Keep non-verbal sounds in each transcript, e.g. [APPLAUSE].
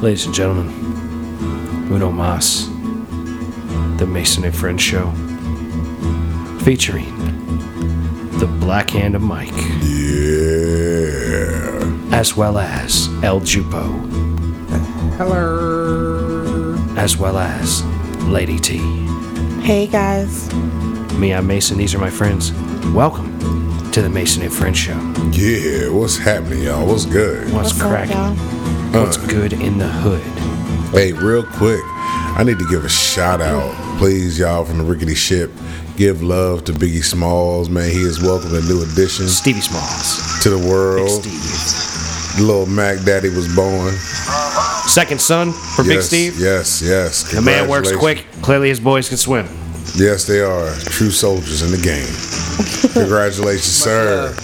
Ladies and gentlemen, Uno Mas, the Mason and Friends Show, featuring the Black Hand of Mike, as well as El Jupo, Hello. as well as Lady T. Hey guys. Me, I'm Mason. These are my friends. Welcome to the Mason and Friends Show. Yeah, what's happening, y'all? What's good? What's, What's up, cracking? y'all? What's good in the hood? Hey, real quick, I need to give a shout out, please, y'all, from the Rickety Ship. Give love to Biggie Smalls, man. He is welcome a new addition Stevie Smalls. to the Big world. Steve. Little Mac Daddy was born. Second son for Big yes, Steve. Yes, yes. The man works Congratulations. quick. Clearly, his boys can swim. Yes, they are true soldiers in the [LAUGHS] game. Congratulations, sir.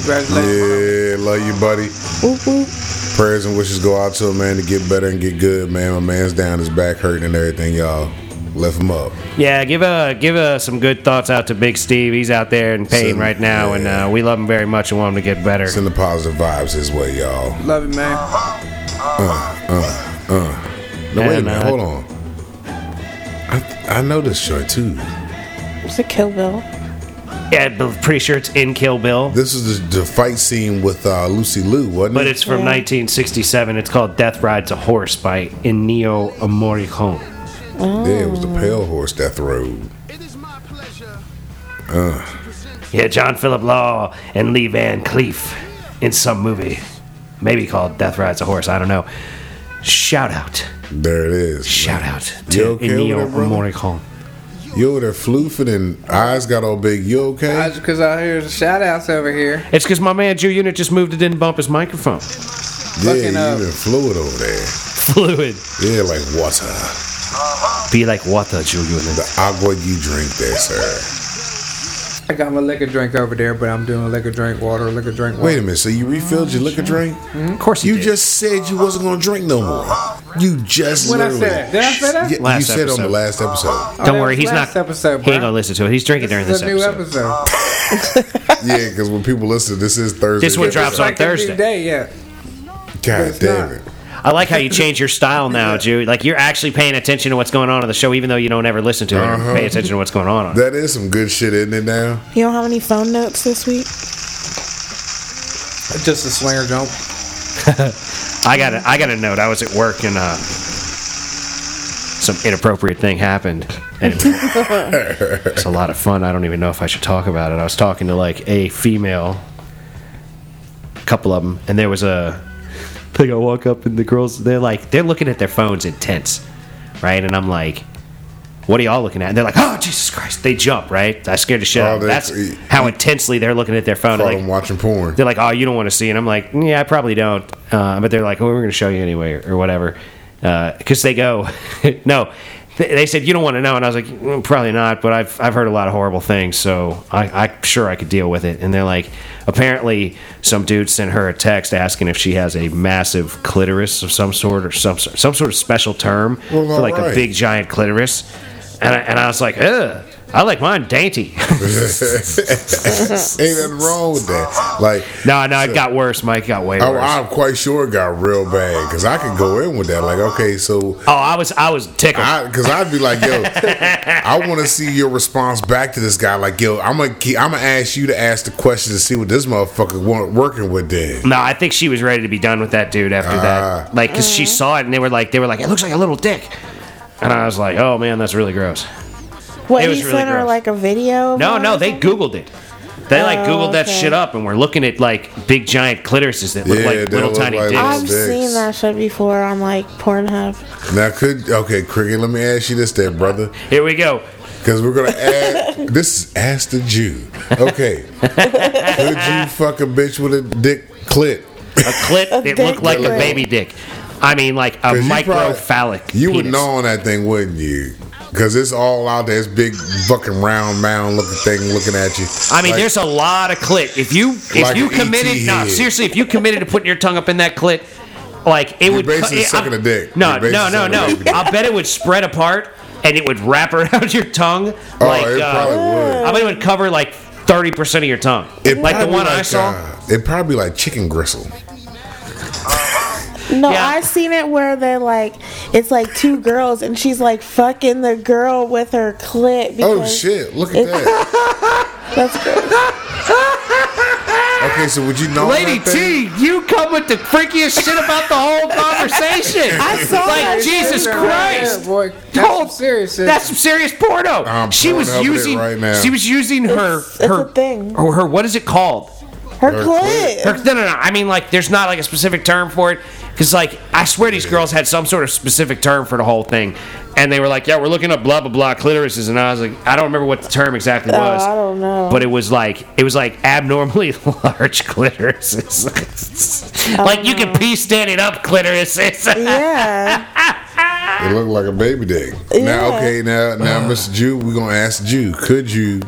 Congratulations. Yeah, love you, buddy. Whoop whoop. Prayers and wishes go out to a man to get better and get good, man. My man's down, his back hurting and everything, y'all. Lift him up. Yeah, give uh, give uh, some good thoughts out to Big Steve. He's out there in pain Send- right now, and uh, we love him very much and want him to get better. Send the positive vibes his way, y'all. Love you, man. Uh-huh. No, wait a And, minute, uh, hold on. I, I know this joint too. It's a Kill Bill. Yeah, but pretty sure it's in Kill Bill, This is the, the fight scene with uh, Lucy Liu, wasn't but it? it's from Yeah. 1967. It's called Death Rides a Horse by Ennio Morricone. yeah, it was the Pale Horse Death Road. Yeah, John Philip Law and Lee Van Cleef in some movie, maybe called Death Rides a Horse. I don't know. Shout out, There it is. shout man. out You to okay with Ennio that, brother? Morricone. You over there floofing and eyes got all big. You I okay? just cause I hear the shout outs over here. It's because my man Jew Unit just moved it didn't bump his microphone. yeah, fucking uh, you up. been fluid over there. Fluid. Yeah, like water. Be like water, Jew Unit. The agua you drink there, sir. I got my liquor drink over there, but I'm doing liquor drink water, liquor drink water. Wait a minute. So you refilled your liquor drink? Of course You just said you wasn't gonna drink no more. You just When I literally. said that, did I say that? Yeah, you Last said on episode. the last episode. Don't that worry, was he's last not. episode, he ain't bro. gonna listen to it. He's drinking during This this is a new episode. episode. yeah, because when people listen, this is Thursday. This one episode. drops on Like every Thursday. day, yeah. God it's damn not. it. I like how you change your style [LAUGHS] now, Jew. Like you're actually paying attention to what's going on on the show, even though you don't ever listen to it. Uh-huh. Or pay attention to what's going on. on it. That is some good shit, isn't it? Now You don't have any phone notes this week? Just a swinger jump. I got a, I got a note. I was at work and uh, some inappropriate thing happened. And it's a lot of fun. I don't even know if I should talk about it. I was talking to like a female, a couple of them, and there was a thing. I walk up and the girls, they're like, they're looking at their phones intense, right? And I'm like. What are y'all looking at? And they're like, "Oh, Jesus Christ!" They jump, right? I scared the shit Oh, out. of them. that's- That's how intensely they're looking at their phone. while Like, I'm watching porn. they're like, "Oh, you don't want to see," and I'm like, "Yeah, I probably don't." Uh, but they're like, "Oh, we're going to show you anyway, or, or whatever," because they go, [LAUGHS] "No." Th- They said you don't want to know, and I was like, "Mm, probably not. But I've I've heard a lot of horrible things, so I, I'm sure I could deal with it. And they're like, apparently, some dude sent her a text asking if she has a massive clitoris of some sort or some sort- some sort of special term Well, for like a alright. big giant clitoris. And I, and I was like, ugh, I like mine dainty. [LAUGHS] [LAUGHS] Ain't nothing wrong with that. Like, no, no, it got worse. Mike it got way worse. oh, I'm quite sure it got real bad because I could go in with that. Like, okay, so Oh, I was I was tickled. I because I'd be like, yo, I want to see your response back to this guy. Like, yo, I'm gonna keep, I'm gonna ask you to ask the question to see what this motherfucker want working with. Then no, I think she was ready to be done with that dude after Uh-huh. that. Like, cause Mm-hmm. she saw it and they were like, they were like, it looks like a little dick, and I was like, oh man, that's really gross. What It he was really sent her gross. like a video? of No, her no, or they something? googled it. They like Oh, googled that okay. shit up and we're looking at like big giant clitorises that look Yeah, like they little look tiny like dicks. I've Dicks. seen that shit before on like Pornhub. now could okay, cricket. Let me ask you this, there, brother. Here we go. Because we're gonna add this is ask the Jew. Okay, could you fuck a bitch with a dick clit? A clit A that dick looked like a clit. baby dick. I mean, like a 'Cause you micro probably- phallic. You would penis. know on that thing, wouldn't you? Because it's all out there. It's big fucking round mound looking thing looking at you. I mean, Like, there's a lot of clit. If you if Like you an E ET committed, no, head. seriously, if you committed to putting your tongue up in that clit, like it would basically cut- sucking I- a dick. No, You're basically no, no, sucking a no. baby dick. I bet it would spread apart and it would wrap [LAUGHS] around your tongue. Oh, like, it uh, probably would. I bet it would cover like thirty percent of your tongue, It'd like the probably one I saw. uh, it'd probably be like chicken gristle. No, Yeah. I seen it where they like it's like two girls and she's like fucking the girl with her clit. Oh because shit! Look at it- [LAUGHS] that. That's good. Okay, so would you know Lady that thing? T, you come with the freakiest shit about the whole conversation. [LAUGHS] I saw like that Jesus shit. Christ. Yeah, boy, that's Hold- some serious shit. That's some serious porno. I'm she was pornoing it using. right now. She was using her It's- it's her a thing. Or her what is it called? Her Her clit. Her, no, no, no. I mean, like, there's not like a specific term for it. Because, like, I swear these girls had some sort of specific term for the whole thing. And they were like, yeah, we're looking up blah, blah, blah, clitorises. And I was like, I don't remember what the term exactly Oh, was. I don't know. But it was like, it was like abnormally [LAUGHS] large clitorises. like, you can pee standing up clitorises. yeah. It looked like a baby dick. Now, Yeah. okay, now, Uh. now, Mr. Jew, we're gonna ask Jew. Could you?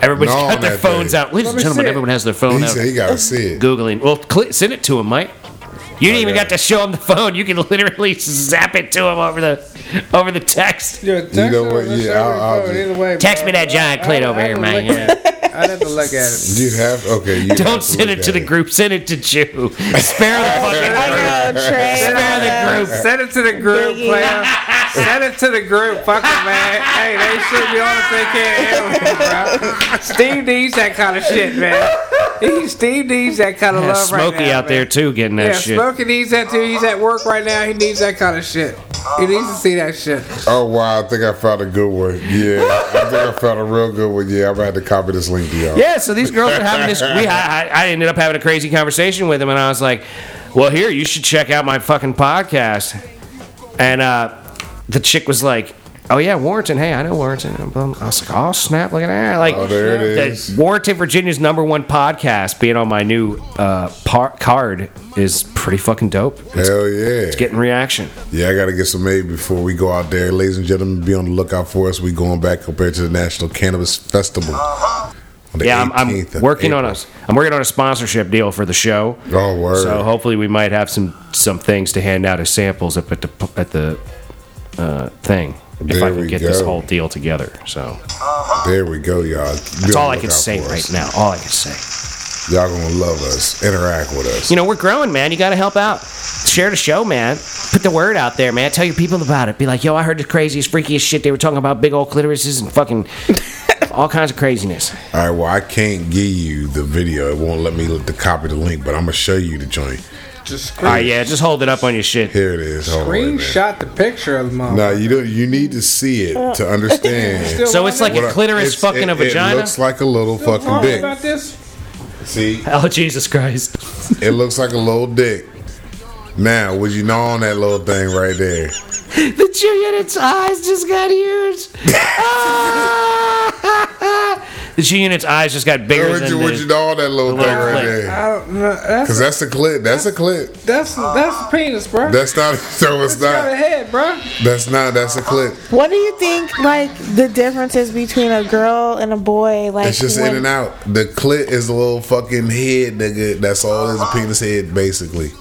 Everybody's No, got their that phones thing. out. Ladies and me gentlemen, see it. everyone has their phone He out. said he [LAUGHS] gotta see it. Googling. Well, cl- send it to him, Mike. You didn't even Okay. got to show him the phone. You can [LAUGHS] literally zap it to him over the over the text. Yo, text know her, what? let's Yeah, have I'll- her I'll phone do- either way, Text bro. me that giant clit I- I over here, would man. look Yeah. at it. [LAUGHS] I'd have to look at it. You have okay. You [LAUGHS] have Don't to send look it to at the group. Send it to Jew. [LAUGHS] Spare the [LAUGHS] fucking [LAUGHS] group. I know, Trey. Spare the group. Send it to the group, Biggie. player. [LAUGHS] Send it to the group, fuck it, man. Hey, they should be on if they can't handle it, bro. Steve needs that kind of shit, man. He, Steve needs that kind of Yeah, love Smokey right now, out there man. too, getting that Yeah, shit. Smokey needs that too. He's at work right now. He needs that kind of shit. He needs to see that shit. Oh wow! I think I found a good one. Yeah, I [LAUGHS] think I found a real good one. Yeah, I'm gonna have to copy this link to y'all. Yeah, so these girls are having this. We, I, I- I ended up having a crazy conversation with him, and I was like, "Well, here, you should check out my fucking podcast." And uh, the chick was like, "Oh yeah, Warrenton. Hey, I know Warrenton." And boom. I was like, "Oh snap! Look at that!" Like, Oh, there it the- is. Warrenton, Virginia's number one podcast, being on my new uh, par- card, is pretty fucking dope. It's Hell yeah! getting reaction. Yeah, I gotta get some aid before we go out there, ladies and gentlemen. Be on the lookout for us. We going back compared to the National Cannabis Festival. Uh-huh. on the Yeah, I'm, I'm 18th of working on a April. I'm working on a sponsorship deal for the show. Oh, word. So hopefully we might have some some things to hand out as samples up at the at the uh, thing if There I can we get this go. whole deal together. So There we go, y'all. that's all I can say right now. All I can say. now. Y'all gonna love us. Interact with us. You know we're growing, man. You got to help out. Share the show, man. Put the word out there, man. Tell your people about it. Be like, yo, I heard the craziest, freakiest shit. They were talking about big old clitorises and fucking [LAUGHS] all kinds of craziness. All right, well, I can't give you the video. It won't let me look to copy the link, but I'm gonna show you the joint. Just All right, yeah, just hold it up on your shit. Here it is. Hold on, wait a minute. screenshot the picture of the mom. No, you don't. You need to see it to understand. [LAUGHS] Still So it's like What a I- clitoris it's- fucking it- a vagina. It looks like a little fucking talking about dick. this? See, oh Jesus Christ! it looks like a little dick. Now, would you know on that little thing right there? The chew unit's eyes just got huge. Ah! [LAUGHS] the chew unit's eyes just got bigger Would than you, the, would you know on that little the thing little right clit. there? I don't know. Cause That's that's the clit. That's a clit. that's that's the penis, bro. That's not. [LAUGHS] So it's got a not. head, bro. That's not. That's a clit. What do you think like the difference is between a girl and a boy? Like It's just when- in and out. The clit is a little fucking head, nigga. That's all is a penis head, basically.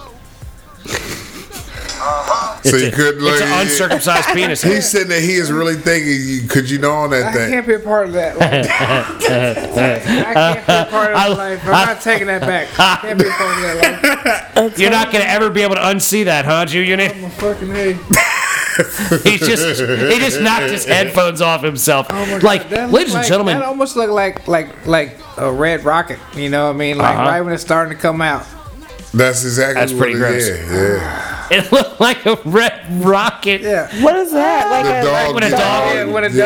So you could look. It's an [LAUGHS] uncircumcised penis. He's sitting there. He is really thinking. You, could you know on that I thing? can't be a part of [LAUGHS] that. life. I can't be a part of I- that life. I'm not taking that back. I can't be a part of that life. You're not gonna ever be able to unsee that, huh, Jew unit? I'm fucking hey. He just he just knocked his headphones off himself. like, Oh ladies That look and like- gentlemen, that almost look like like like a red rocket. You know what I mean? Like Uh-huh. right when it's starting to come out. That's exactly. That's what pretty it- gross. Yeah, yeah. it looked like a red rocket. Yeah. What is that? Like The a dog. when a gets- dog- Yeah, when a yeah.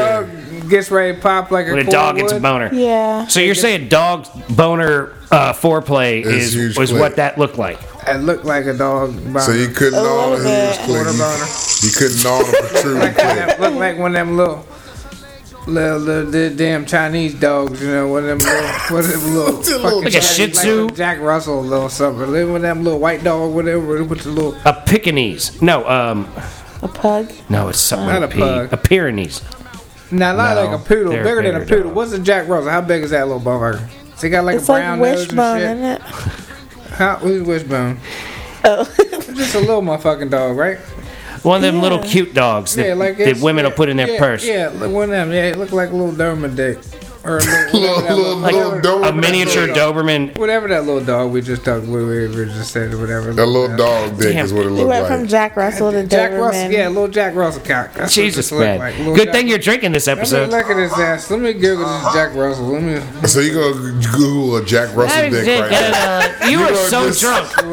dog gets ready to pop like a When a cord dog gets a would. boner. Yeah. So you're saying dog boner uh, foreplay It's is huge was clit. what that looked like? It looked like a dog boner. So you couldn't know little on his bit. Quarter boner. clit. You, you couldn't know on a protruding like one of clit. them, look like one of them little. Little, little, di- damn Chinese dogs, you know, one of them little, one [LAUGHS] of them little, fucking Like a Chinese- Shih like Tzu? Jack Russell, little something, Then one of them little white dog, whatever, with the little A Pekingese? No, um, a pug? no, it's something with Not a a P. pug. A Pyrenees. Now, not No, like a poodle, they're bigger, than a bigger poodle. dogs. What's a Jack Russell? How big is that little motherfucker? So he got like It's a brown like wishbone, nose isn't it? and shit. How, who's wishbone? Oh. [LAUGHS] It's Just a little motherfucking dog, right? One of them little Yeah. cute dogs that, that it's- women yeah, will put in their yeah, purse. Yeah, look, one of them. Yeah, it looked like a little Derma dick. or a [LAUGHS] little, Little- whatever that little- little whatever- dog. A miniature Doberman. Whatever that little dog we just talked, we we were just said, whatever. That little dog dick Damn. is what it We looked went from like. Jack Russell to Jack Doberman. Russell, yeah, little Jack Russell cock. That's what Jesus, this look man. like. Little Good Jack- thing you're drinking this Let me episode. look at his ass. Let me Google this Jack Russell. Let me. So you gonna Google a Jack Russell dick right now? Uh, [LAUGHS] you are know, so just- drunk. [LAUGHS] [LAUGHS]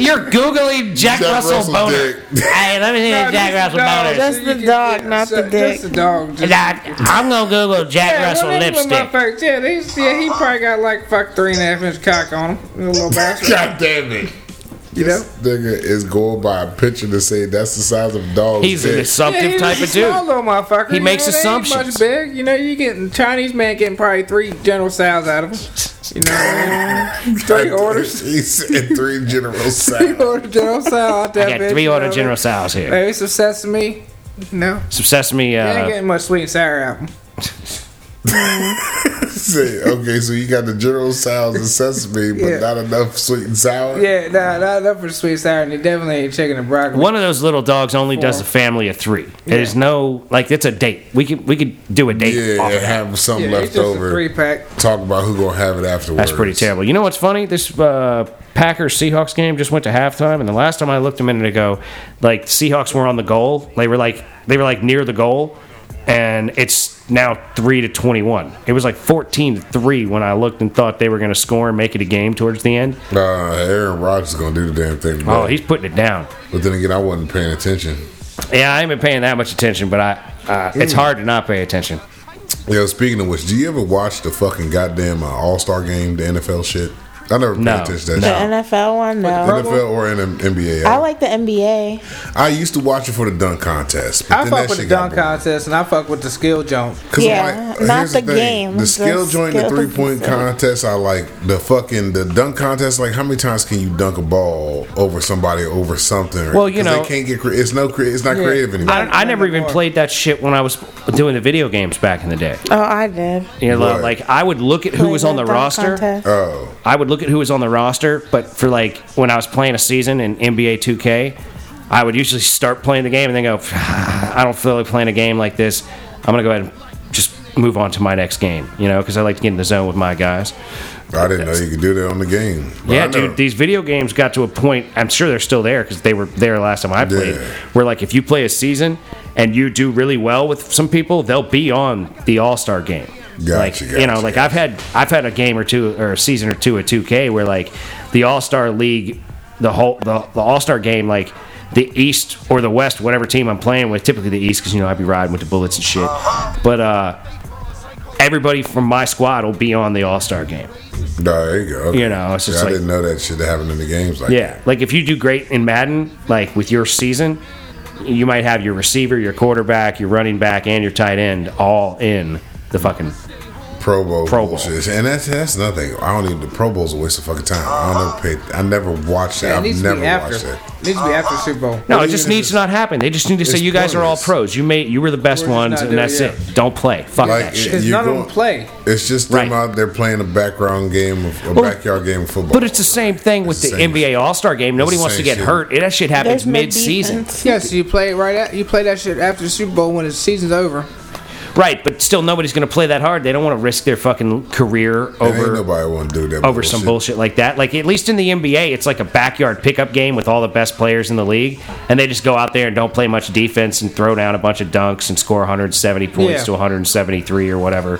You're googling Jack, Jack Russell, Russell boner. dick. [LAUGHS] Hey, let me see No, the Jack Russell just the boner. dog. Just So the you dog, not so- the dick. Just the dog. Just, Nah, I'm gonna Google Jack Yeah, Russell well, these lipstick. motherfuckers- Yeah, these, yeah, he probably got like fuck three and a half inch cock on him. The [LAUGHS] little bastard. God damn it. you know? Nigga is going by a picture to say that's the size of a dog's He's an dick. Yeah, assumptive he's type a of dude. small little motherfucker. He you makes know, they ain't assumptions. Much big, you know. You getting Chinese man getting probably three general size out of him. You know, what I [LAUGHS] mean? [LAUGHS] three orders. he said three [LAUGHS] general Three size. order general size out there. I got bitch, three you know order what I General mean? Sows here. Maybe some sesame. No, Some sesame. they ain't Uh, getting much sweet and sour out. of 'em. Say, okay, so you got the general size of sesame, but Yeah. not enough sweet and sour. Yeah, nah, nah, not for the sweet and sour. And they definitely ain't chicken and broccoli. one of those little dogs only does a family of three. There's no like it's a date. We could we could do a date. Yeah, off of that. and have some yeah, it's left just over. a three pack. Talk about who gonna have it afterwards. That's pretty terrible. You know what's funny? This uh, Packers Seahawks game just went to halftime, and the last time I looked a minute ago, like Seahawks were on the goal. They were like they were like near the goal, and it's now three to twenty one. It was like fourteen to three when I looked and thought they were going to score and make it a game towards the end. Nah, Aaron Rodgers is gonna do the damn thing. Oh, bro. he's putting it down. but then again, I wasn't paying attention. Yeah, I ain't been paying that much attention, but I uh, it's hard to not pay attention. Yo, speaking of which, do you ever watch the fucking goddamn uh, All Star game, the NFL shit? I never paid No, attention to that no. The NFL one, no. shit. NFL or in NBA. I I, like the NBA. used to watch it for the dunk contest. But I then fuck that with the shit got dunk boring. contest and I fuck with the skill jump. 'Cause I'm Yeah, like, not here's the thing, game, The the skill joint, the skill three point contest. contest, I like. The fucking the dunk contest, like how many times can you dunk a ball over somebody or over something? Well, you 'Cause know- they can't get. Cre- it's no. Cre- it's not Yeah. creative anymore. I, I never even Anymore. played that shit when I was doing the video games back in the day. Oh, I did. You know, Right. like I would look at who was on the roster. oh, I would look at who was on the roster, but for like when I was playing a season in NBA 2K, I would usually start playing the game and then go, "Ah, I don't feel like playing a game like this. I'm gonna go ahead and just move on to my next game, you know, because I like to get in the zone with my guys. I didn't know you could do that on the game. But I yeah, know- dude, these video games got to a point. I'm sure they're still there because they were there last time I played. Yeah. Where like if you play a season and you do really well with some people, they'll be on the All Star game. Gotcha, like you gotcha, know, like I've had I've had a game or two or a season or two at 2K where like the All Star League, the whole the, the All Star game, like the East or the West, whatever team I'm playing with, typically the East because you know I'd be riding with the Bullets and shit, Uh-huh. but uh. Everybody from my squad will be on the All Star game. Nah, there you go. Okay. You know, it's just Yeah, I like- didn't know that shit that happened in the games. Like, Yeah, like if you do great in Madden, like with your season, you might have your receiver, your quarterback, your running back, and your tight end all in the fucking. Pro Bowl Pro Bowl. bullshit, and that's that's nothing. I don't even. The Pro Bowl's a waste of fucking time. I don't ever pay. I never watched Yeah, it that. needs I've to never be after. watched that. It needs to be after Super Bowl. No, What it do you just mean needs it's- to not happen. They just need to say it's you guys are all pointless. pros. You made you were the best We're just ones, not and doing that's it. it. Don't play. Fuck Like that shit. Because you're none of going- them play. It's just them Right. out there playing a background game of a backyard game of football. But it's the same thing with the It's the same NBA All Star game. Nobody the wants to same get shit. hurt. That shit happens There's no mid season. defense. Yes, you play it right at you play that shit after the Super Bowl when the season's over. Right, but still nobody's going to play that hard. They don't want to risk their fucking career And ain't over nobody want to do that over some bullshit like that. Like at least in the NBA, it's like a backyard pickup game with all the best players in the league, and they just go out there and don't play much defense and throw down a bunch of dunks and score 170 points Yeah. to 173 or whatever.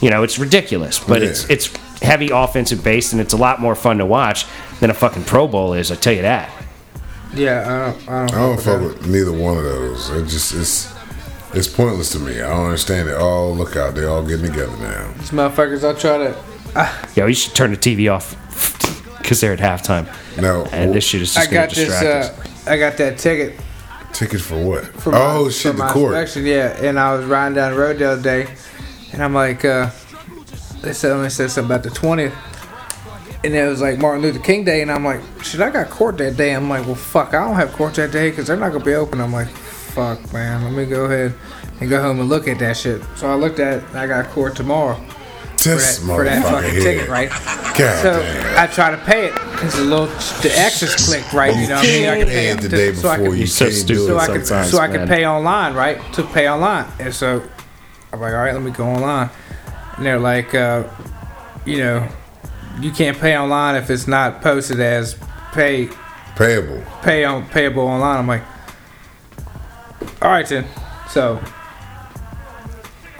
You know, it's ridiculous, but Yeah. it's it's heavy offensive based and it's a lot more fun to watch than a fucking Pro Bowl is. I tell you that. Yeah, I don't. I don't, I don't fuck fuck with neither one of those. It just it's it's pointless to me. I don't understand it. Oh look out, they're all getting together now. these motherfuckers. I'll try to. Yo, you should turn the TV off because they're at halftime, No, and this shit is I just going got to this. distract us. Uh, I got that ticket. ticket for what? for my- oh for shit, the my court. inspection, yeah, and I was riding down the road the other day, and I'm like, uh, they said, they said something about the 20th, and it was like Martin Luther King Day, and I'm like, shit, I got court that day. I'm like, well, fuck, I don't have court that day because they're not gonna be open. I'm like, fuck, man, let me go ahead and go home and look at that shit. So I looked at, it, and I got court tomorrow for that, This for that motherfucker fucking here. ticket, right? God [LAUGHS] So damn. I try to pay it because the little the X's click right, you know what I mean? I You pay can pay it it the day to- so I before can- you He's so can't do stupid so I it could sometimes. so I could man. pay online, right? To pay online, and so I'm like, all right, let me go online. and they're like, uh, you know, you can't pay online if it's not posted as pay Payable. pay on payable online. I'm like, all right then. So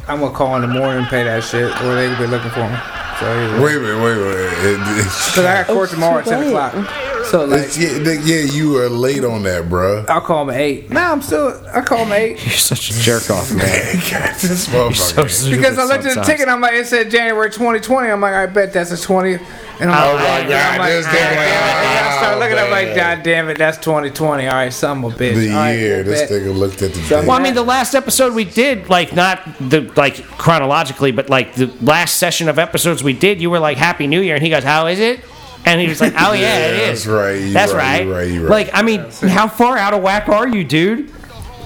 I'm gonna call in the morning and pay that shit, or they could be looking for me. So Wait a minute, wait a minute. It- because I got court It's tomorrow at too ten late. o'clock. Oh, So like, it's, [LAUGHS] yeah, th- yeah, you are late on that, bruh. I'll call them at eight. No, I'm still. I call them at eight. You're such a jerk off, [LAUGHS] man. God, this So motherfucker. stupid Because I looked at the sometimes. ticket, I'm like, it said January 2020. I'm like, I bet that's the 20th. And I'm Oh like, my God, I'm like, this "God nigga, damn it." And I oh, started looking at like, man. God damn it, that's 2020. All right, some of a bitch. the All right, year we'll this bet. nigga looked at the So- date. Well, I mean, the last episode we did, like not the like chronologically, but like the last session of episodes we did, you were like Happy New Year, and he goes, "How is it?" And he was like, "Oh yeah, it Yeah, is." that's right, you that's right, right. you right, you right. Like, I mean, how far out of whack are you, dude?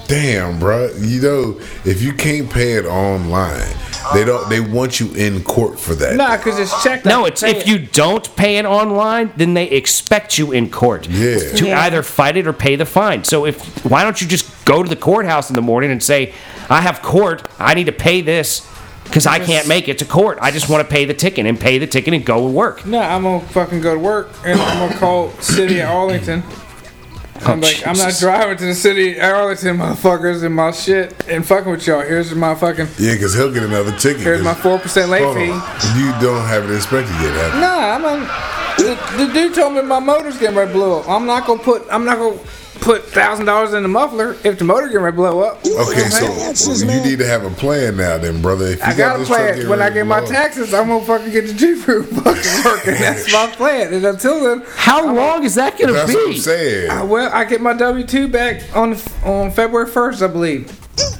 Damn, bruh. You know, if you can't pay it online, they don't. They want you in court for that. Nah, because it's checked. I No, can it's pay if it. you don't pay it online, then they expect you in court Yeah. to Yeah. either fight it or pay the fine. So if why don't you just go to the courthouse in the morning and say, "I have court. I need to pay this." Because I can't make it to court. I just want to pay the ticket and pay the ticket and go and work. No, I'm going to fucking go to work and I'm going to call City of Arlington. I'm like, I'm not Jesus. driving to the City of Arlington, motherfuckers, and my shit and fucking with y'all. Here's my fucking, Yeah, because he'll get another ticket. here's my 'cause- 4% late Hold on. fee. You don't have it inspected yet, have you? Nah, I'm on. The, the dude told me my motor's getting ready to blow up. I'm not gonna put. I'm not gonna put thousand dollars in the muffler if the motor getting ready to blow up. Okay, so Taxes, you man. need to have a plan now, then, brother. If you I got a this truck plan. getting When I ready to get my blow up- taxes, I'm gonna fucking get the [LAUGHS] G Crew fucking working. That's my plan. And until then, How long is that going to that's be? what I'm saying. I, well, I get my W two back on on February first, I believe,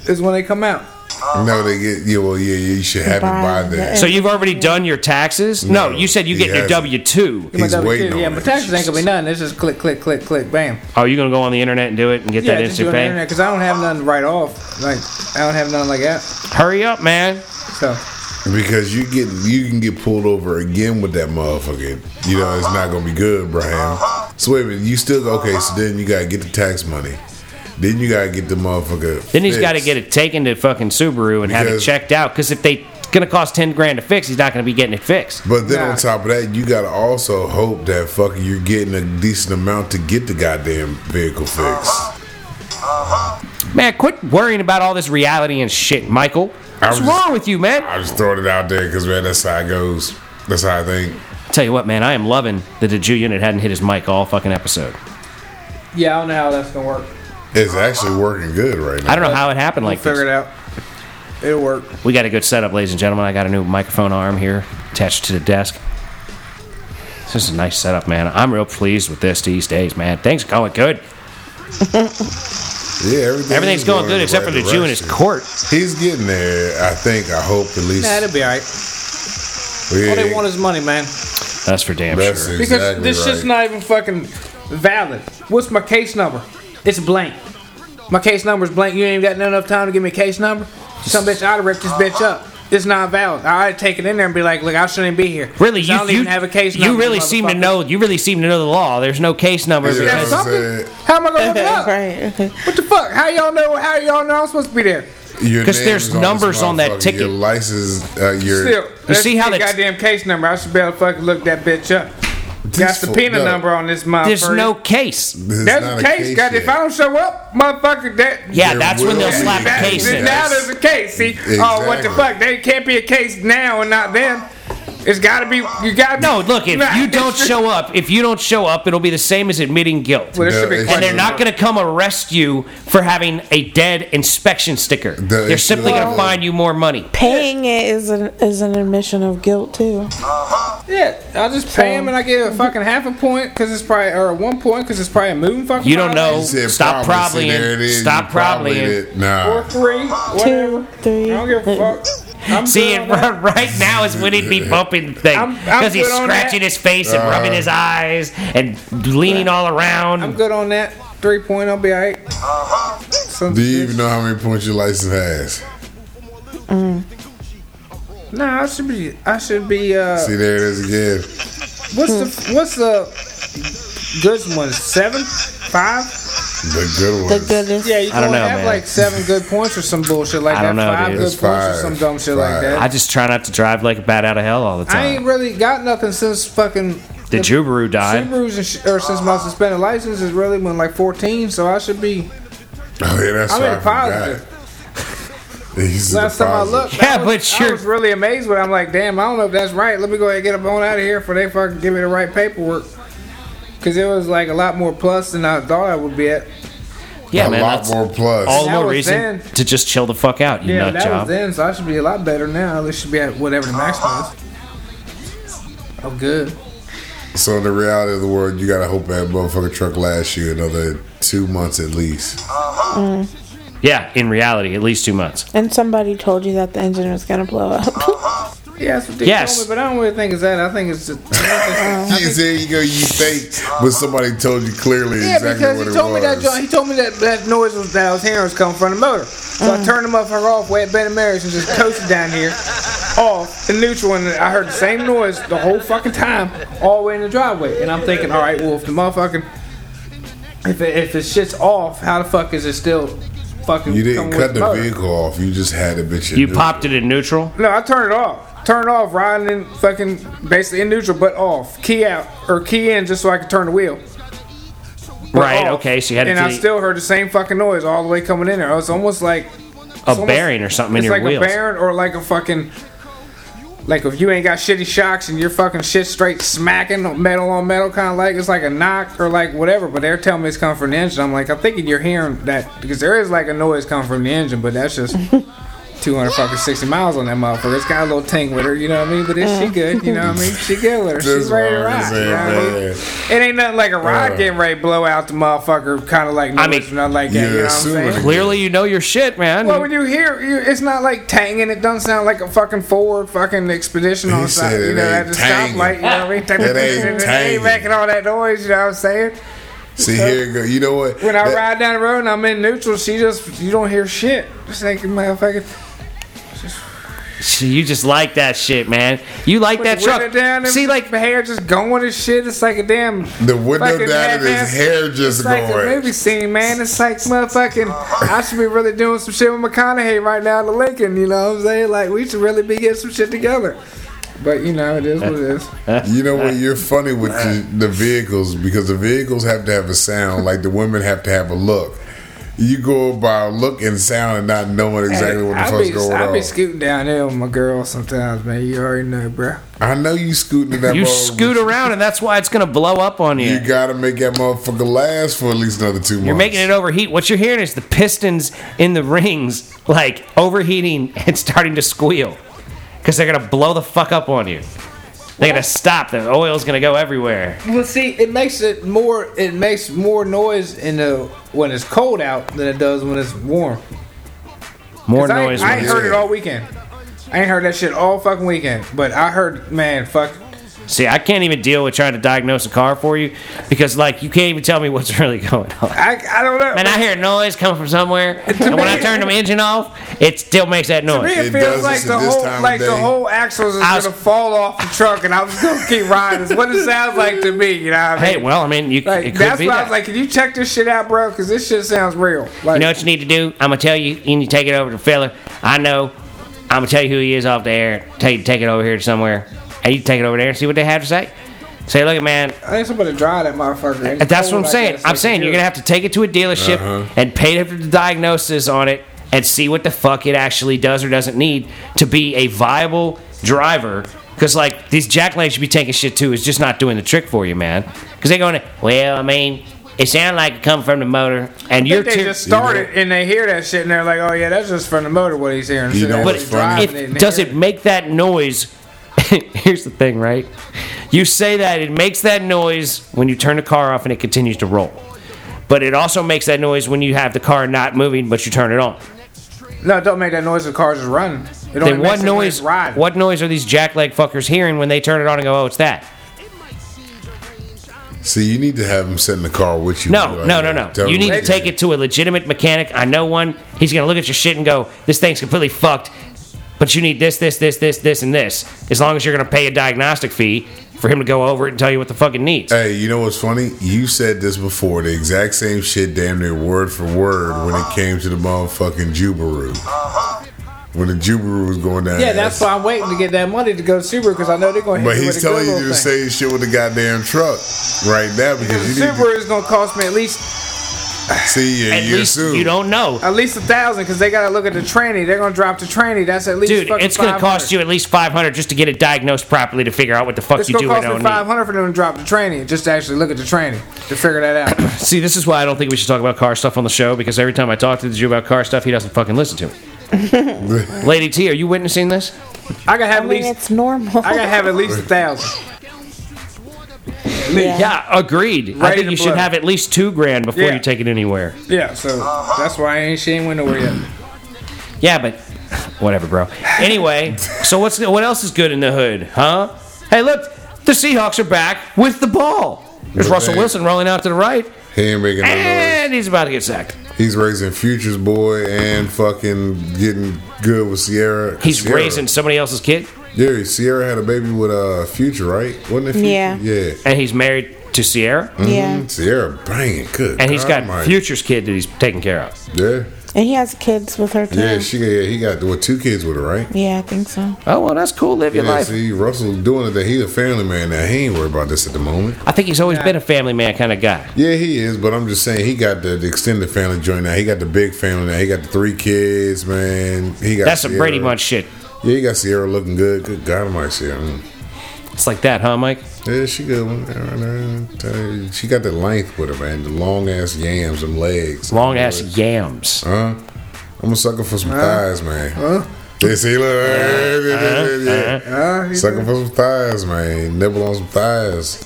is when they come out. no, they get yeah. Well, yeah, you should have it by By then. So you've already done your taxes? No, No, you said you he get your hasn't. W two. My He's W2. waiting on Yeah, it. my taxes ain't gonna be nothing. It's just click, click, click, click, bam. Oh, you gonna go on the internet and do it and get Yeah, that just do instant it on the pay? internet because I don't have nothing right off. Like I don't have nothing like that. Hurry up, man! So. Because you get you can get pulled over again with that motherfucker. You know it's not gonna be good, Brian. So wait a minute, you still okay? So then you gotta get the tax money. Then you gotta get the motherfucker. Then he's got to fixed. get it taken to fucking Subaru and have it Because- checked out. Because if they it's gonna cost ten grand to fix, he's not gonna be getting it fixed. But then Nah. on top of that, you gotta also hope that fucking you're getting a decent amount to get the goddamn vehicle fixed. Man, quit worrying about all this reality and shit, Michael. I What's was- wrong with you, man? I just throwing it out there because man, that's how it goes. That's how I think. Tell you what, man, I am loving that the Jew unit hadn't hit his mic all fucking episode. Yeah, I don't know how that's gonna work. It's actually working good right now. I don't know how it happened like Figure it this. out. It'll work. We got a good setup, ladies and gentlemen. I got a new microphone arm here attached to the desk. This is a nice setup, man. I'm real pleased with this these days, man. Things are going good. Yeah, everything Everything's is going in good except for right the Jew in his direction. court. He's getting there. I think. I hope at least. Nah, it'll be alright. Yeah, All they want is money, man. That's for damn that's sure. Because exactly this shit's right. not even fucking valid. What's my case number? It's blank. My case number's blank. You ain't got enough time to give me a case number. Some bitch I'd have ripped this bitch up. It's not valid. I'd take it in there and be like, look, I shouldn't be here. Really, 'Cause you I don't you, even have a case you number. really seem to motherfucker. know. You really seem to know the law. There's no case number. Yeah. That's because- what I'm something. saying. How am I gonna look it [LAUGHS] up? [LAUGHS] right. What the fuck? How y'all know? How y'all know I'm supposed to be there? Your 'Cause name there's is on this numbers on that motherfucker. ticket. Your license, uh, your Still, that's see how the they- goddamn case number. I should be able to fucking look that bitch up. Got This subpoena fucked up. number on this motherfucker. There's no case. This is There's not a case, God. yet. If I don't show up, motherfucker, that Yeah, There that's when will they'll be slap a a that, case case. in. now there's a case. See, oh what the Exactly. fuck? There can't be a case now and not then. It's got to be. You got to No, look, if you don't show up, if you don't show up, it'll be the same as admitting guilt. [LAUGHS] Well, there No, should be it's- questions. And they're not going to come arrest you for having a dead inspection sticker. The They're issue simply going to is- fine you more money. Paying it is an is an admission of guilt too. Yeah, I'll just pay him and I give a fucking half a point because it's probably or one point because it's probably a moving fucking. You don't know. You said Stop probably. See, there it probably. is. Stop You probably probably. did. Nah. Or three, whatever. Two, three. I don't give a fuck. I'm See, good and on that. r- [LAUGHS] right now is when he'd be bumping the I'm- thing I'm because he's good on scratching that. his face and rubbing his eyes and leaning all I'm around. good on that. Three point, I'll be alright. Some Do you bitch. even know how many points your license has? Nah, I should be. I should be. Uh, See, there it is again. what's the what's the good one? Seven, five. The good ones. The goodness. Yeah, you I can don't only know, have man. like seven good points or some bullshit like I that. don't know, five dude. good It's points or five. some dumb Five. shit like that. I just try not to drive like a bat out of hell all the I ain't time. really got nothing since fucking The Jubaru died. Subarus and sh- or since my suspended license is really when like 14, so I should be. Oh, yeah, that's I'm what in I positive. forgot. These are the Last time I positive. looked, Yeah, I but was, I you're- was really amazed when I'm like, damn, I don't know if that's right. Let me go ahead and get up on out of here for they fucking give me the right paperwork. Cause it was like a lot more plus than I thought I would be at. Yeah, a man. lot That's more plus. all That more was reason then. to just chill the fuck out, you Yeah, nut that was job. then, so I should be a lot better now. At least should be at whatever the maximum is. Oh, good. So the reality of the world, you gotta hope that motherfucker truck lasts you another two months at least. Yeah, in reality, at least two months. And somebody told you that the engine was gonna blow [LAUGHS] up. Yeah, that's what they Yes. told me, but I don't really think it's that. I think it's just. yeah, You there you go, you think, but somebody told you clearly exactly because what he it told me was. that joint- he told me that that noise was, that I was hearing was coming from the motor. So I turned the motherfucker off way at Ben and Mary's and just coasted down here, off in neutral, and I heard the same noise the whole fucking time, all the way in the driveway. And I'm thinking, all right, well, if the motherfucking if it, if the shit's off, how the fuck is it still fucking? you didn't coming cut with the motor? vehicle off. You just had a bitch. in You the- [LAUGHS] popped it in neutral. No, I turned it off. Turned it off, riding in fucking basically in neutral, but off. Key out or key in just so I could turn the wheel. But Right, off. okay, so you had to And I keep- still heard the same fucking noise all the way coming in there. It was almost like A almost- bearing or something in it's your like wheels. a bearing or like a fucking like if you ain't got shitty shocks and your fucking shit straight smacking metal on metal kind of like it's like a knock or like whatever. But they're telling me it's coming from the engine. I'm like, I'm thinking you're hearing that because there is like a noise coming from the engine, but [LAUGHS] that's just. 200 fucking 60 miles on that motherfucker. It's got a little ting with her, you know what I mean? But is she good? You know what I mean? She good with her. This She's ready to motherfucker ride. said, You know what I mean? "Man." It ain't nothing like a Uh. ride getting ready to blow out the motherfucker, kind of like noise I I mean- mean, nothing like Yeah, that. You know what I'm assuming- saying? Clearly, you know your shit, man. Well, when you hear, you, it's not like tanging. It doesn't sound like a fucking Ford fucking expedition on He the side. said it You know, ain't at the stoplight. You know what I mean? It ain't tanging. making all that noise. You know what I'm saying? See here you go. You know what? When I That- ride down the road and I'm in neutral, she just you don't hear shit. Just like motherfucking. Sh- You just like that shit, man. You like that the window truck. Down and See, like, the hair just going and shit. It's like a damn. the window fucking down and his half-ass- hair just It's like a going. movie scene, man. It's like motherfucking. I should be really doing some shit with McConaughey right now to Lincoln. You know what I'm saying? Like we should really be getting some shit together. But you know it is what it is. You know what? You're funny with the, the vehicles because the vehicles have to have a sound, like the women have to have a look. You go by look and sound and not knowing exactly what the I fuck's be, going I on. be scooting down there with my girl sometimes, man. You already know, bro. I know you scooting in that. you motherfucker, scoot but around, and that's why it's gonna blow up on you. You gotta make that motherfucker last for at least another two months. You're making it overheat. What you're hearing is the pistons in the rings [LAUGHS] like overheating and starting to squeal because they're gonna blow the fuck up on you. They gotta stop. The oil's gonna go everywhere. Well, see, it makes it more. It makes more noise in the when it's cold out than it does when it's warm. More 'Cause I- noise. I, when ain't it's- heard it all weekend. I ain't heard that shit all fucking weekend. But I heard, man, fuck. See, I can't even deal with trying to diagnose a car for you because, like, you can't even tell me what's [LAUGHS] really going on. I, I don't know. Man, I hear noise coming from somewhere, and when I turn the engine off, it still makes that To me, noise. it, It does feels like this the at this whole time of like the day. whole axles is I was- gonna fall off the truck, [LAUGHS] and I'm just gonna keep riding. It's what it sounds like to me, you know. What I mean? Hey, well, I mean, you, like it could that's be why I that. was like, can you check this shit out, bro? Because this shit sounds real. Like, You know what you need to do? I'm gonna tell you. You need to take it over to the fella. I know. I'm gonna tell you who he is off the air. Tell you to take it over here to somewhere. And you take it over there and see what they have to say. Say, look, man. I think somebody drive that motherfucker. and it's That's what cold, I'm I saying. guess, I'm like, saying you're gonna have to take it to a dealership and pay for the diagnosis on it and see what the fuck it actually does or doesn't need to be a viable driver. Because like these jacklegs should be taking shit too. It's just not doing the trick for you, man. Because they're going to. Well, I mean, it sounded like it come from the motor, and I you're think they too- just started and they hear that shit and they're like, oh yeah, that's just from the motor what he's hearing. You Shit, know that's what's just funny? driving If, and they does hear it make that noise? [LAUGHS] Here's the thing, right? You say that it makes that noise when you turn the car off and it continues to roll. But it also makes that noise when you have the car not moving but you turn it on. No, don't make that noise. The car's just running. It only Then what makes it when noise it's riding. what noise are these jackleg fuckers hearing when they turn it on and go, "Oh, it's that." See, you need to have him sit in the car with you. No, Like, no, no, no. tell You him need what to take it to a legitimate mechanic. I know one. He's going to look at your shit and go, "This thing's completely fucked." But but you need this, this, this, this, this, and this. As long as you're going to pay a diagnostic fee for him to go over it and tell you what the fuck it needs. Hey, you know what's funny? You said this before, the exact same shit, damn near word for word, when it came to the motherfucking Jubaru. Uh-huh. When the Jubaru was going down. Yeah, there. that's why I'm waiting to get that money to go to Subaru because I know they're going to But hit me he's with a telling you to Goodwill do the thing. same shit with the goddamn truck right now because you need Subaru is going to cost me at least to see At and you least assume. you don't know. at least a thousand because they got to look at the tranny. They're going to drop the tranny. That's at least Dude, fucking it's going to 500. cost you at least 500 just to get it diagnosed properly to figure out what the fuck It's you gonna do and cost don't me need. five hundred for them to drop the training, just to actually look at the training to figure that out. See, this is why I don't think we should talk about car stuff on the show because every time I talk to the Jew about car stuff, he doesn't fucking listen to me. Lady T, are you witnessing this? I gotta [LAUGHS] have I at mean, least it's normal. I gotta have at least a thousand. yeah. agreed. I Right think in you the should blood. have at least two grand before Yeah. you take it anywhere. Yeah, so that's why I ain't she ain't went nowhere yet. Yeah, but whatever, bro. Anyway, so what's what else is good in the hood, huh? Hey, look, the Seahawks are back with the ball. There's Well, Russell they- Wilson rolling out to the right, He ain't making no noise. and he's about to get sacked. He's raising futures, boy, and fucking getting good with Sierra. He's Sierra. raising somebody else's kid, Yeah, Sierra had a baby with a uh, future, right? Wasn't it? Future? Yeah. Yeah. and he's married to Sierra, Yeah. Mhm. Sierra banging good. and he's God got almighty. Future's kid that he's taking care of. Yeah. And he has kids with her too. Yeah, she yeah, he got well, two kids with her, right? yeah, I think so. Oh well, that's cool. Live your Yeah, life. see, Russell doing it that he's a family man now. He ain't worried about this at the moment. I think he's always been a family man kind of guy. Yeah, he is, but I'm just saying he got the, the extended family joint now. He got the big family now. He got the three kids, man. He got That's some Sierra. Brady Bunch shit. Yeah, he got Sierra looking good. Good God, my Sierra. Mm. It's like that, huh, Mike? Yeah, she good. one. She got the length with her, man. The long ass yams, them legs. Long ass yams. Huh? I'm a sucker for some thighs, man. Huh? They see, look. Uh-huh. Uh, he's- Sucker for some thighs, man. Nibble on some thighs.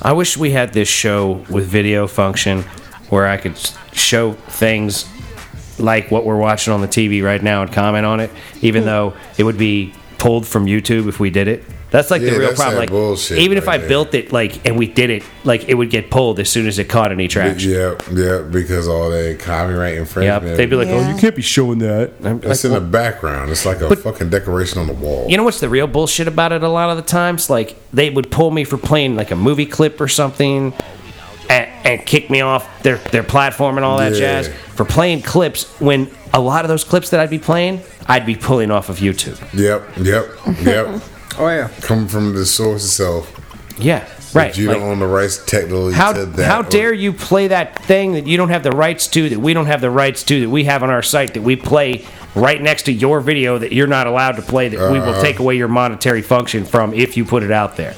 I wish we had this show with video function where I could s- show things like what we're watching on the TV right now and comment on it, even Hmm. though it would be pulled from YouTube if we did it. That's like Yeah, the real that's problem. that Like, bullshit even if right I there. built it like and we did it, like it would get pulled as soon as it caught any traction. Yeah, yeah, because all that copyright Yep. infringement. They'd be like, "Oh, you Yeah. can't be showing that." I'm like, it's in the background. It's like a fucking decoration on the wall. You know what's the real bullshit about it? A lot of the times, like they would pull me for playing like a movie clip or something, and, and kick me off their their platform and all that Yeah. jazz for playing clips. When a lot of those clips that I'd be playing, I'd be pulling off of YouTube. Yep, yep, [LAUGHS] yep. oh yeah, Coming from the source itself. Yeah, Right. right. You like, don't own the rights technically to how that. how or- dare you play that thing that you don't have the rights to that we don't have the rights to that we have on our site that we play right next to your video that you're not allowed to play that we Uh-huh. will take away your monetary function from if you put it out there.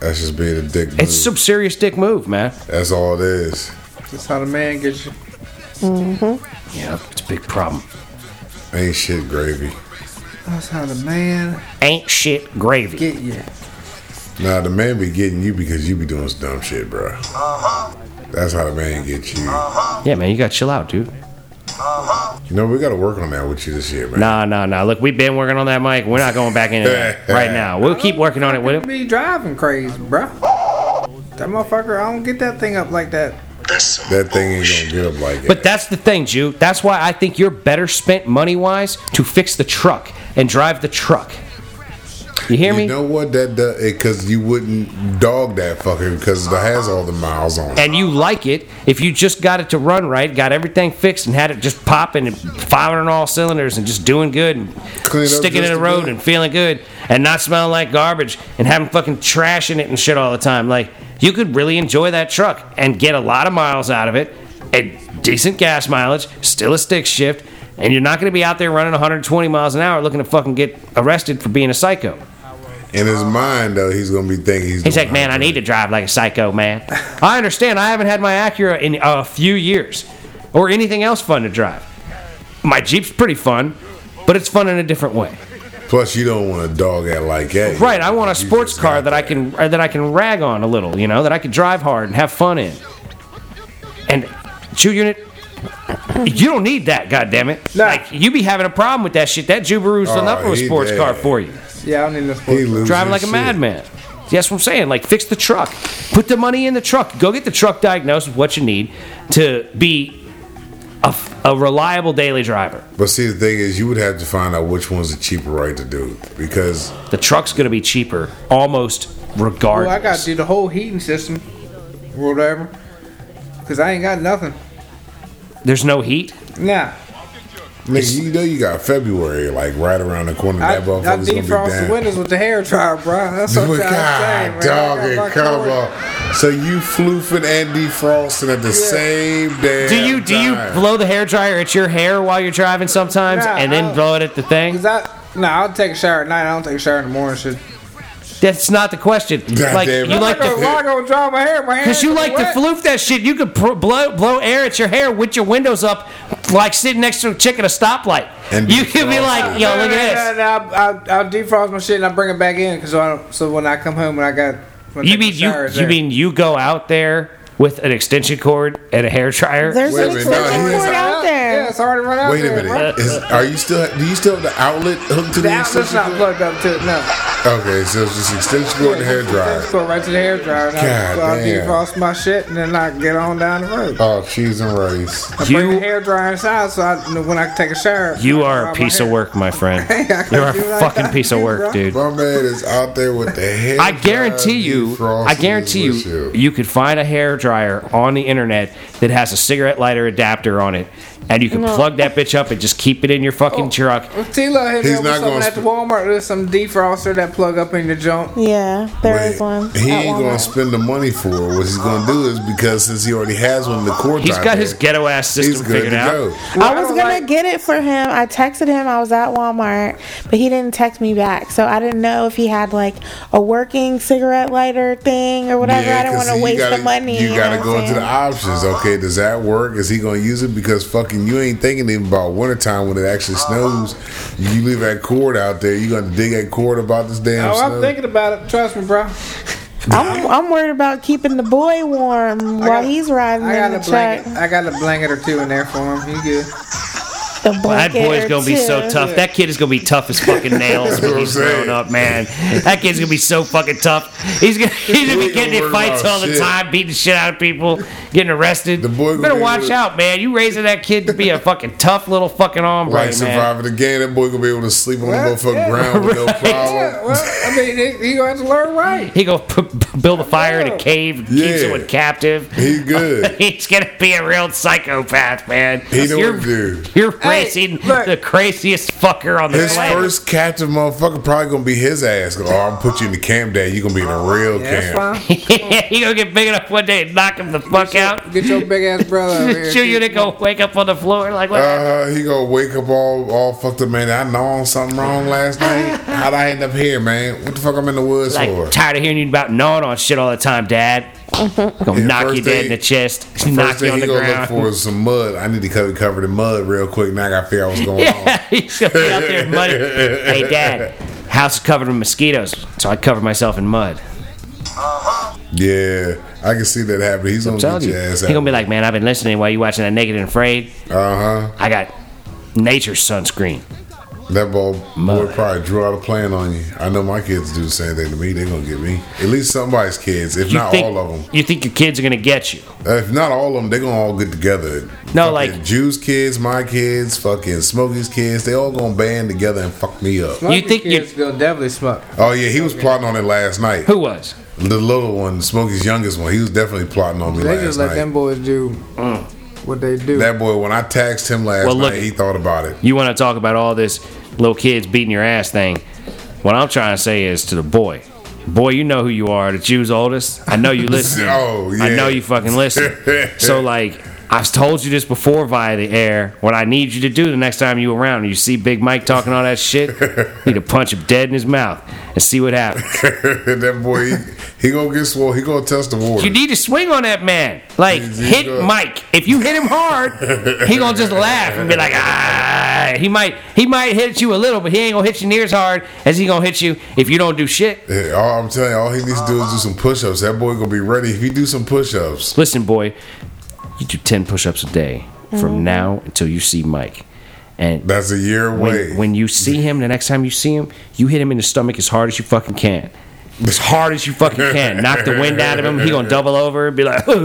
That's just being a dick. It's move. some serious dick move, man. That's all it is. that's how the man gets you. Yeah, it's a big problem. Ain't shit gravy. That's how the man Ain't shit gravy. get you. Nah, the man be getting you because you be doing some dumb shit, bro. That's how the man get you. Yeah, man, you gotta chill out, dude. You know, we got to work on that with you this year, man. Nah, nah, nah. Look, we've been working on that mic. We're not going back into [LAUGHS] that right now. We'll keep working on it with You him. be driving crazy, bruh. That motherfucker, I don't get that thing up like that. That thing ain't going to get up like But that. that's the thing, Jew. That's why I think you're better spent money wise to fix the truck and drive the truck. You hear You me? know what? That does Because you wouldn't dog that fucker because it has all the miles on it. And you like it if you just got it to run right, got everything fixed, and had it just popping and firing on all cylinders and just doing good and Clean it up sticking in just the a road bit. and feeling good and not smelling like garbage and having fucking trash in it and shit all the time. Like you could really enjoy that truck and get a lot of miles out of it, a decent gas mileage, still a stick shift, and you're not going to be out there running 120 miles an hour looking to fucking get arrested for being a psycho. In Oh. his mind, though, he's going to be thinking he's He's doing like, man, I 100." need to drive like a psycho, man. I understand. I haven't had my Acura in a few years or anything else fun to drive. My Jeep's pretty fun, but it's fun in a different way. Plus, you don't want a dog at like that. Right, I want a You sports just car got that I can uh, that I can rag on a little, you know, that I can drive hard and have fun in. And Jew unit, you don't need that, goddammit. No. Like you be having a problem with that shit. That Jubaru's Oh, enough of a he sports car dead. for you. Yeah, I don't need no He sports. losing Driving like a shit. madman. That's what I'm saying. Like fix the truck. Put the money in the truck. Go get the truck diagnosed with what you need to be a, f- a reliable daily driver. But see, the thing is, you would have to find out which one's the cheaper right to do because The truck's going to be cheaper almost regardless. Well, I got to do the whole heating system, or whatever, because I ain't got nothing. There's no heat. Nah, nigga, you know you got February like right around the corner. I, I that motherfucker's gonna be defrost down. the windows with the hair dryer, bro. That's what I'm God, trying to say, man. dog, I got my it come cold. on. So you floofing and defrosting at the same damn Do you do you time. blow the hair dryer at your hair while you're driving sometimes, Nah, and then I'll- blow it at the thing? Cause I, nah, I'll take a shower at night. I don't take a shower in the morning. Shit. That's not the question. God like damn it. you I'm like I to gonna, why I gonna dry my hair. My hair. Because you like to wet. floof that shit. You could pr- blow blow air at your hair with your windows up, like sitting next to a chick at a stoplight. And you could be like, yo, No, look no, at this. no, no, I'll, I'll, I'll defrost my shit and I will bring it back in. Cause so I don't, so when I come home and I got. when I You take my mean you shower, it's you there. mean you go out there with an extension cord and a hair dryer? There's Wait a an minute, no, extension he is- cord out Yeah, there. it's already run out Wait a there, bro. minute. Is, are you still? Do you still have the outlet hooked to the, The outlet's extension not cord? plugged up to it. No. Okay, so it's just extension cord and hair dryer. Just go right to the hair dryer. And God I'll, I'll damn. defrost my shit and then I get on down the road. Oh, cheese and rice. I bring the You hair dryer inside so I, when I take a shower. you I are dry a my piece of hair. work, [LAUGHS] my friend. I You're a do like fucking that, piece of work, bro. dude. My man is out there with the hair. I guarantee uh, you, I guarantee you, you could find a hair dryer on the internet that has a cigarette lighter adapter on it, and you can plug that bitch up and just keep it in your Oh. fucking truck. Well, T-Lo hit me He's up not with something gonna at the sp- Walmart. There's some defroster that plug up in your junk. Yeah, there is one. He at ain't gonna Walmart. spend the money for it. What he's gonna do is because since he already has one, the cord. He's out got there, his ghetto ass He's system good figured to out. go. Well, I I was don't gonna like- get it for him. I texted him. I was at Walmart, but he didn't text me back, so I didn't know if he had like a working cigarette lighter thing or whatever. I didn't 'cause want to you waste gotta- the money. You gotta know go what I'm into the saying? options. Okay, does that work? Is he gonna use it? Because fucking you ain't thinking even about wintertime when it actually snows. You leave that cord out there. You gonna dig that cord about this damn Oh, snow? I'm thinking about it. Trust me, bro. I'm, I'm worried about keeping the boy warm while got- he's riding I in got the a truck. blanket. I got a blanket or two in there for him. He good. The That blanket boy's or gonna be so two. tough. That kid is gonna be tough as fucking [LAUGHS] nails what when I'm he's grown saying. up, man. That kid's gonna be so fucking tough. He's gonna [LAUGHS] he's gonna We be getting gonna in worry fights about all the shit. time, beating the shit out of people, getting arrested. The boy you gonna better be watch able to- out, man. You raising that kid to be a fucking tough little fucking hombre, Like man. surviving the game, that boy gonna be able to sleep on the Well, motherfucking yeah. ground with no problem. [LAUGHS] Yeah, well, I mean, he, he gonna have to learn right. He gonna p- p- build a fire in a cave, and keep Yeah. someone captive. [LAUGHS] He good. He's gonna be a real psychopath, man. He know you're, what to do. You're Hey, raising look. the craziest fucker on the His planet. first captive motherfucker probably gonna be his ass. Oh, I'm gonna put you in the camp, Dad. You gonna be in a real Yeah, camp. that's fine. he gonna get big enough one day and knock him the fuck out. Get your big ass brother [LAUGHS] over here. Shoot you to go wake up on the floor like what? Uh, he gonna wake up all all fucked up, man. I know something wrong last night. How'd I end up here, man? What the fuck I'm in the woods like for? tired of hearing you about gnawing on shit all the time, [LAUGHS] Dad. Gonna Yeah, knock first you dead in thing- the chest, First knock you thing on he the gonna look for ground. is some mud. I need to cover cover the mud real quick. Now I gotta figure out what's [LAUGHS] [LAUGHS] going Yeah, he's gonna be out there in mud. [LAUGHS] hey, Dad, house is covered with mosquitoes, so I covered myself in mud. on. Yeah, I can see that happening. He's I'm gonna telling get you, your ass he's out. gonna be like, man, I've been listening while you watching that Naked and Afraid. uh huh. I got nature's sunscreen. That ball boy Mud. probably drew out a plan on you. I know my kids do the same thing to me. They gonna get me. At least somebody's kids, if You not think all of them. you think your kids are gonna get you? If not all of them, they gonna all get together. No, Fucking like- Jews' kids, my kids, fucking Smokey's kids. They all gonna band together and fuck me up. You think you- kids gonna definitely smoke? Oh yeah, he was plotting on it last night. Who was? The little one, Smokey's youngest one, he was definitely plotting on me They last just let night. them boys do what they do. that boy, when I taxed him last Well, look- night, he thought about it. [LAUGHS] You want to talk about all this little kids beating your ass thing. What I'm trying to say is to the boy, boy, you know who you are, the Jew's oldest. I know [LAUGHS] you listen. Oh, I yeah. know you fucking listen. [LAUGHS] so, like, I've told you this before via the air. What I need you to do the next time you around and you see Big Mike talking all that [LAUGHS] shit, you need to punch him dead in his mouth and see what happens. that boy, he, he gonna get swole. He gonna test the water. You need to swing on that man. Like, He's- he's hit good. Mike. If you hit him hard, he gonna just laugh and be like, ah. He might he might hit you a little, but he ain't gonna hit you near as hard as he gonna hit you if you don't do shit. Yeah, all I'm telling you, all he needs to do is do some push-ups. That boy gonna be ready if he do some push-ups. Listen, boy, you do ten push-ups a day from now until you see Mike. And That's a year away. when, when you see him, the next time you see him, you hit him in the stomach as hard as you fucking can. as hard as you fucking can. Knock the wind out of him. He gonna double over and be like, [LAUGHS] "Uh, uh, uh,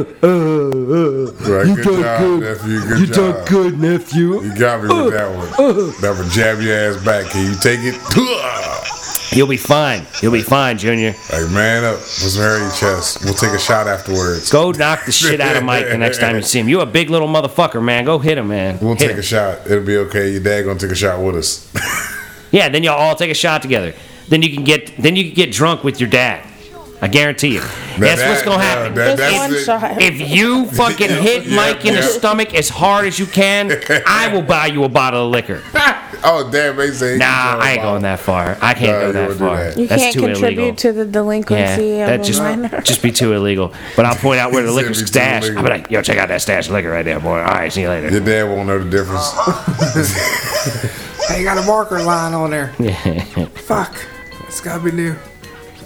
Right, "You good done job, good, nephew, good you job." done good, Uh, nephew." You got me with that one. That one jab your ass back. Can you take it? You'll be fine. You'll be fine, Junior. Like man up, put some hair in your chest. We'll take a shot afterwards. Go knock the shit out of Mike the next time you see him. You a big little motherfucker, man. Go hit him, man. We'll hit take him. a shot. It'll be okay. Your dad gonna take a shot with us. [LAUGHS] Yeah, then y'all all take a shot together. Then you can get then you can get drunk with your dad. I guarantee you. That's what's gonna happen. That- Just that's one it. shot. If you fucking hit Yeah, Mike in the yeah. stomach as hard as you can, I will buy you a bottle of [LAUGHS] liquor. [LAUGHS] oh damn, they say Nah, I ain't going that far. I can't Nah, go you that wouldn't do far. that. You That's can't too contribute illegal. to the delinquency yeah, of that a just minor. just be too illegal. But I'll point [LAUGHS] out where the He said liquor's be too stashed. I'll be illegal. like, yo, check out that stash of liquor right there, boy. All right, see you later. Your dad won't know [LAUGHS] the difference. Hey, you got a marker line on there. Fuck. It's gotta be new.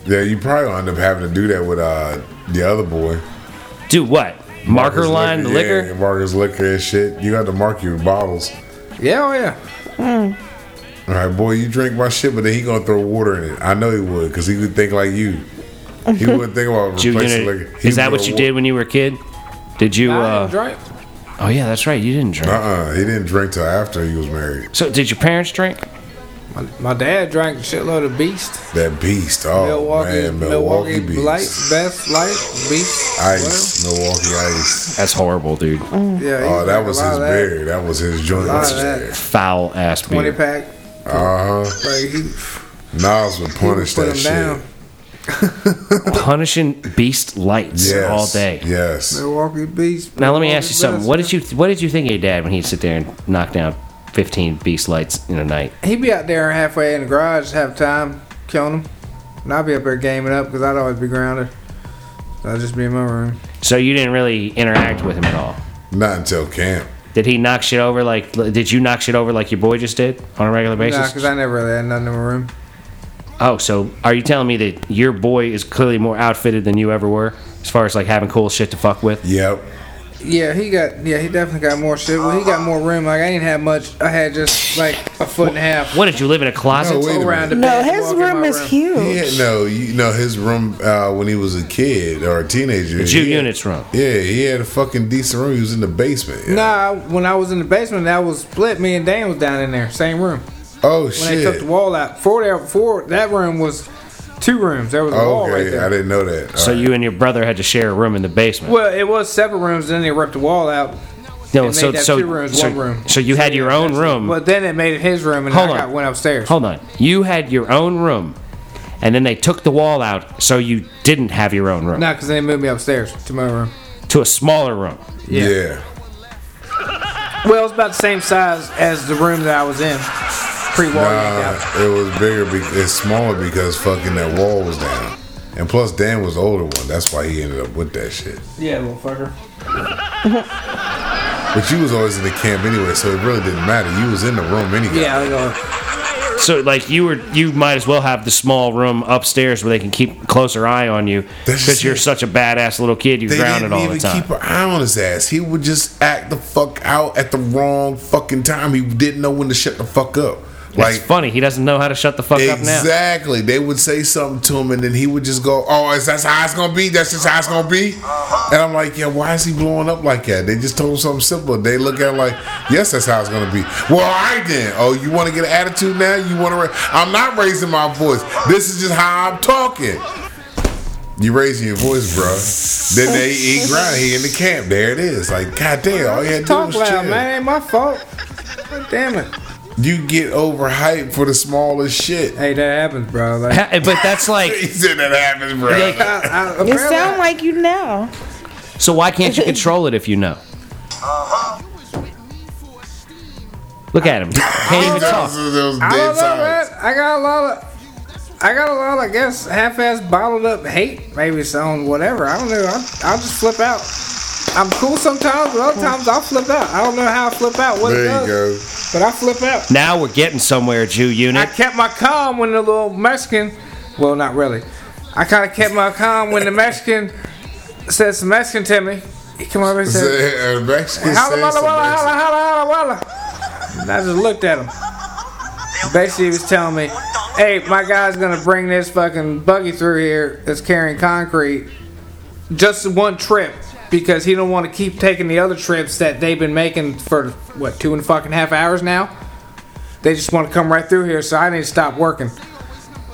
yeah, you probably will end up having to do that with uh the other boy. Do what? Marker Marcus line the liquor? Yeah, Marcus liquor and shit. You got to mark your bottles. Yeah, oh yeah. All right, boy, you drink my shit, but then he gonna throw water in it. I know he would, cause he would think like you. He wouldn't think about replacing Junior, liquor. He is that would what you throw did when you were a kid? Did you? I Uh, didn't drink. oh yeah, that's right. You didn't drink. wa- Uh-uh, he didn't drink till after he was married. So did your parents drink? My, my dad drank a shitload of Beast. That beast, oh Milwaukee, man, Milwaukee, Milwaukee, beast, Light, Best Light, Beast. ice, Milwaukee ice. That's horrible, dude. Well, yeah, he Oh, that drank a was lot his of that. beer. That was his joint. lot of that. Foul ass Twenty beer. pack. Uh huh. Like he, Nas would he would punish put that him shit. down. Punishing beast lights Yes, all day. Yes. Milwaukee Beast. Now let me Milwaukee ask you something. Best. What did you What did you think of your dad when he'd sit there and knock down fifteen beast lights in a night? He'd be out there halfway in the garage, half time, killing him, and I'd be up there gaming up because I'd always be grounded. I'd just be in my room. So you didn't really interact with him at all. Not until camp. Did he knock shit over like Did you knock shit over like your boy just did on a regular Nah, basis? 'cause I never really had nothing in my room. Oh, so are you telling me that your boy is clearly more outfitted than you ever were, as far as like having cool shit to fuck with? Yep. Yeah, he got. Yeah, he definitely got more shit. Well, he got more room. Like I didn't have much. I had just like a foot and a half. What did you live in a closet? No, wait a minute. around [LAUGHS] the No, bed, his walk in my room is huge. Yeah, no, you know his room uh, when he was a kid or a teenager. Jew he had- units room. Yeah, he had a fucking decent room. He was in the basement. yeah. Nah, when I was in the basement, that was split. Me and Dan was down in there, same room. Oh When they took shit. the wall out, for there, for that room was two rooms. There was a wall right Okay, I there. didn't know that. Uh, All So right. you and your brother had to share a room in the basement. Well, it was separate rooms. Then they ripped the wall out. no, and so made that so two rooms, so, one room. so you had your own room. But then it made it his room, and Hold I on. got, went upstairs. Hold on, you had your own room, and then they took the wall out, so you didn't have your own room Nah, because they moved me upstairs to my room. to a smaller room. yeah. Well, it's about the same size as the room that I was in pre-wall. Nah, out. it was bigger. Be- it's smaller because fucking that wall was down. And plus, Dan was the older one. That's why he ended up with that shit. Yeah, little fucker. But you was always in the camp anyway, so it really didn't matter. You was in the room anyway. Yeah, I go. So like you were, you might as well have the small room upstairs where they can keep closer eye on you That's because you're it. such a badass little kid. You're They grounded didn't all even the time. keep an eye on his ass. He would just act the fuck out at the wrong fucking time. He didn't know when to shut the fuck up. Like it's funny. He doesn't know how to shut the fuck up now. Exactly. They would say something to him, and then he would just go, "Oh, is that's how it's gonna be? That's just how it's gonna be." And I'm like, "Yeah, why is he blowing up like that?" They just told him something simple. They look at him like, "Yes, that's how it's gonna be." Well, I then. Oh, you want to get an attitude now? You want to? Ra- I'm not raising my voice. This is just how I'm talking. You raising your voice, bruh. Then they eat ground. He in the camp. There it is. Like, goddamn, all you had to do Talk was chill. loud, man. It ain't my fault. Damn it. You get overhyped for the smallest shit. [LAUGHS] Hey, that happens, bro. Like, Ha- eh, But that's He like, said that happens, bro. like, I, I, You apparently- sound like you know. so why can't you control it if you know? Look at him. He Can't even That was- talk. that was I dead don't know, silence. man. I got a lot of, I got a lot of, I guess, half-ass bottled up hate. Maybe it's on whatever. I don't know. I, I'll just flip out. I'm cool sometimes, but other times I'll flip out. I don't know how I flip out, what it There you does, go. but I flip out. Now we're getting somewhere, Jew I unit. kept my calm when the little Mexican, well, not really. I kind of kept my calm when the Mexican said some Mexican to me. He come over [LAUGHS] and So, said, uh, Mexican Holla, says holla, some holla, Mexican- holla, holla, holla, holla. And I just looked at him. Basically, he was telling me, hey, my guy's gonna bring this fucking buggy through here that's carrying concrete just one trip because he don't want to keep taking the other trips that they've been making for what two and fucking half hours now. They just want to come right through here, so I need to stop working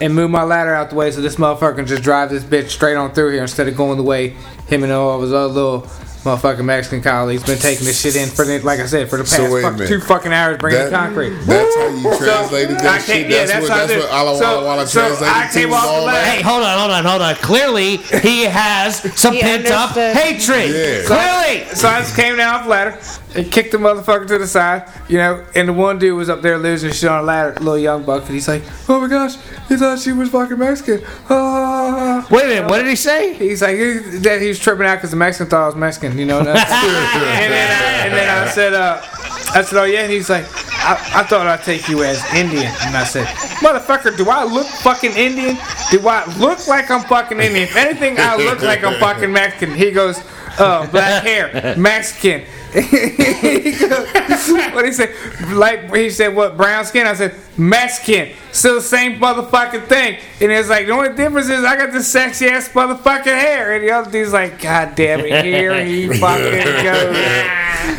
and move my ladder out the way so this motherfucker can just drive this bitch straight on through here instead of going the way him and all of his other little motherfucking Mexican colleagues been taking this shit in for the, like I said for the past So wait a fuck- minute. two fucking hours bringing the concrete. That's how you So, translated I that can't- shit. yeah, That's, what, how I that's do what it. Ala So- Wala Wala so I translated came to was off the all ladder. that. Hey, hold on, hold on, hold on. Clearly, he has some He pent up understood. hatred. Yeah. Clearly. So I just came down off the ladder and kicked the motherfucker to the side, you know. And the one dude was up there losing shit on a ladder, little young buck, and he's like, "Oh my gosh, he thought she was fucking Mexican." Ah. Wait a minute, what did he say? He's like he, that he was tripping out because the Mexican thought I was Mexican, you know. and, that's- [LAUGHS] and then I, and then I said, uh, "I said, oh yeah," and he's like, I, "I thought I'd take you as Indian," and I said, "Motherfucker, do I look fucking Indian? Do I look like I'm fucking Indian? If anything, I look like I'm fucking Mexican." He goes, "Uh, black hair, Mexican." [LAUGHS] he goes, what he said? Like he said, what brown skin? I said Mexican. Still the same motherfucking thing. And it's like the only difference is I got this sexy ass motherfucking hair, and the other dude's like, God damn it, here [LAUGHS] he fucking goes.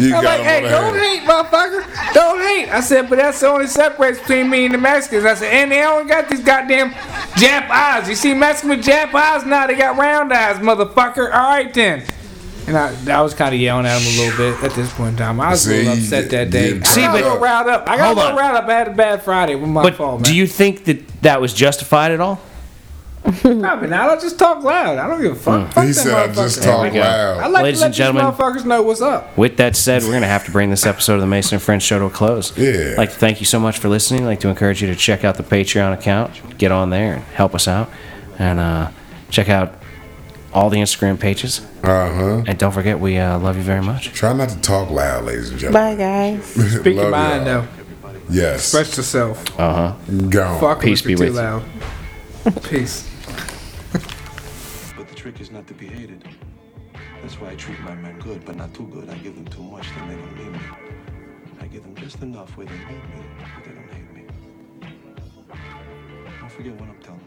You I'm got like, him hey, on the don't hand. hate, motherfucker. Don't hate. I said, but that's the only separates between me and the Mexicans. I said, and they only got these goddamn Jap eyes. You see Mexicans with Jap eyes now, they got round eyes, motherfucker. All right then. And I, I was kind of yelling at him a little bit at this point in time. I was a little See, upset that you day. did See, I got but- a little riled up. I got Hold a little on. riled up. I had a bad Friday with my But fault, man. do you think that that was justified at all? Probably not. I just talk loud. I don't give a fuck. fuck He that said, I just motherfucker. talk go. I loud. like Ladies to let and gentlemen. these motherfuckers know what's [LAUGHS] up. With that said, we're going to have to bring this episode of the Mason and French show to a close. Yeah. like to thank you so much for listening. like to encourage you to check out the Patreon account. Get on there and help us out. And uh, check out all the Instagram pages. Uh huh. And don't forget, we uh, love you very much. Try not to talk loud, ladies and Bye, gentlemen. guys. Speak your Love mind, y'all. though. Yes. Express yourself. Uh huh. Gone. Fuck Peace if be you're too with you. loud. Peace. But the trick is not to be hated. That's why I treat my men good, but not too good. I give them too much, then they don't need me. I give them just enough where they need me, but they don't hate me. Don't forget what I'm telling you.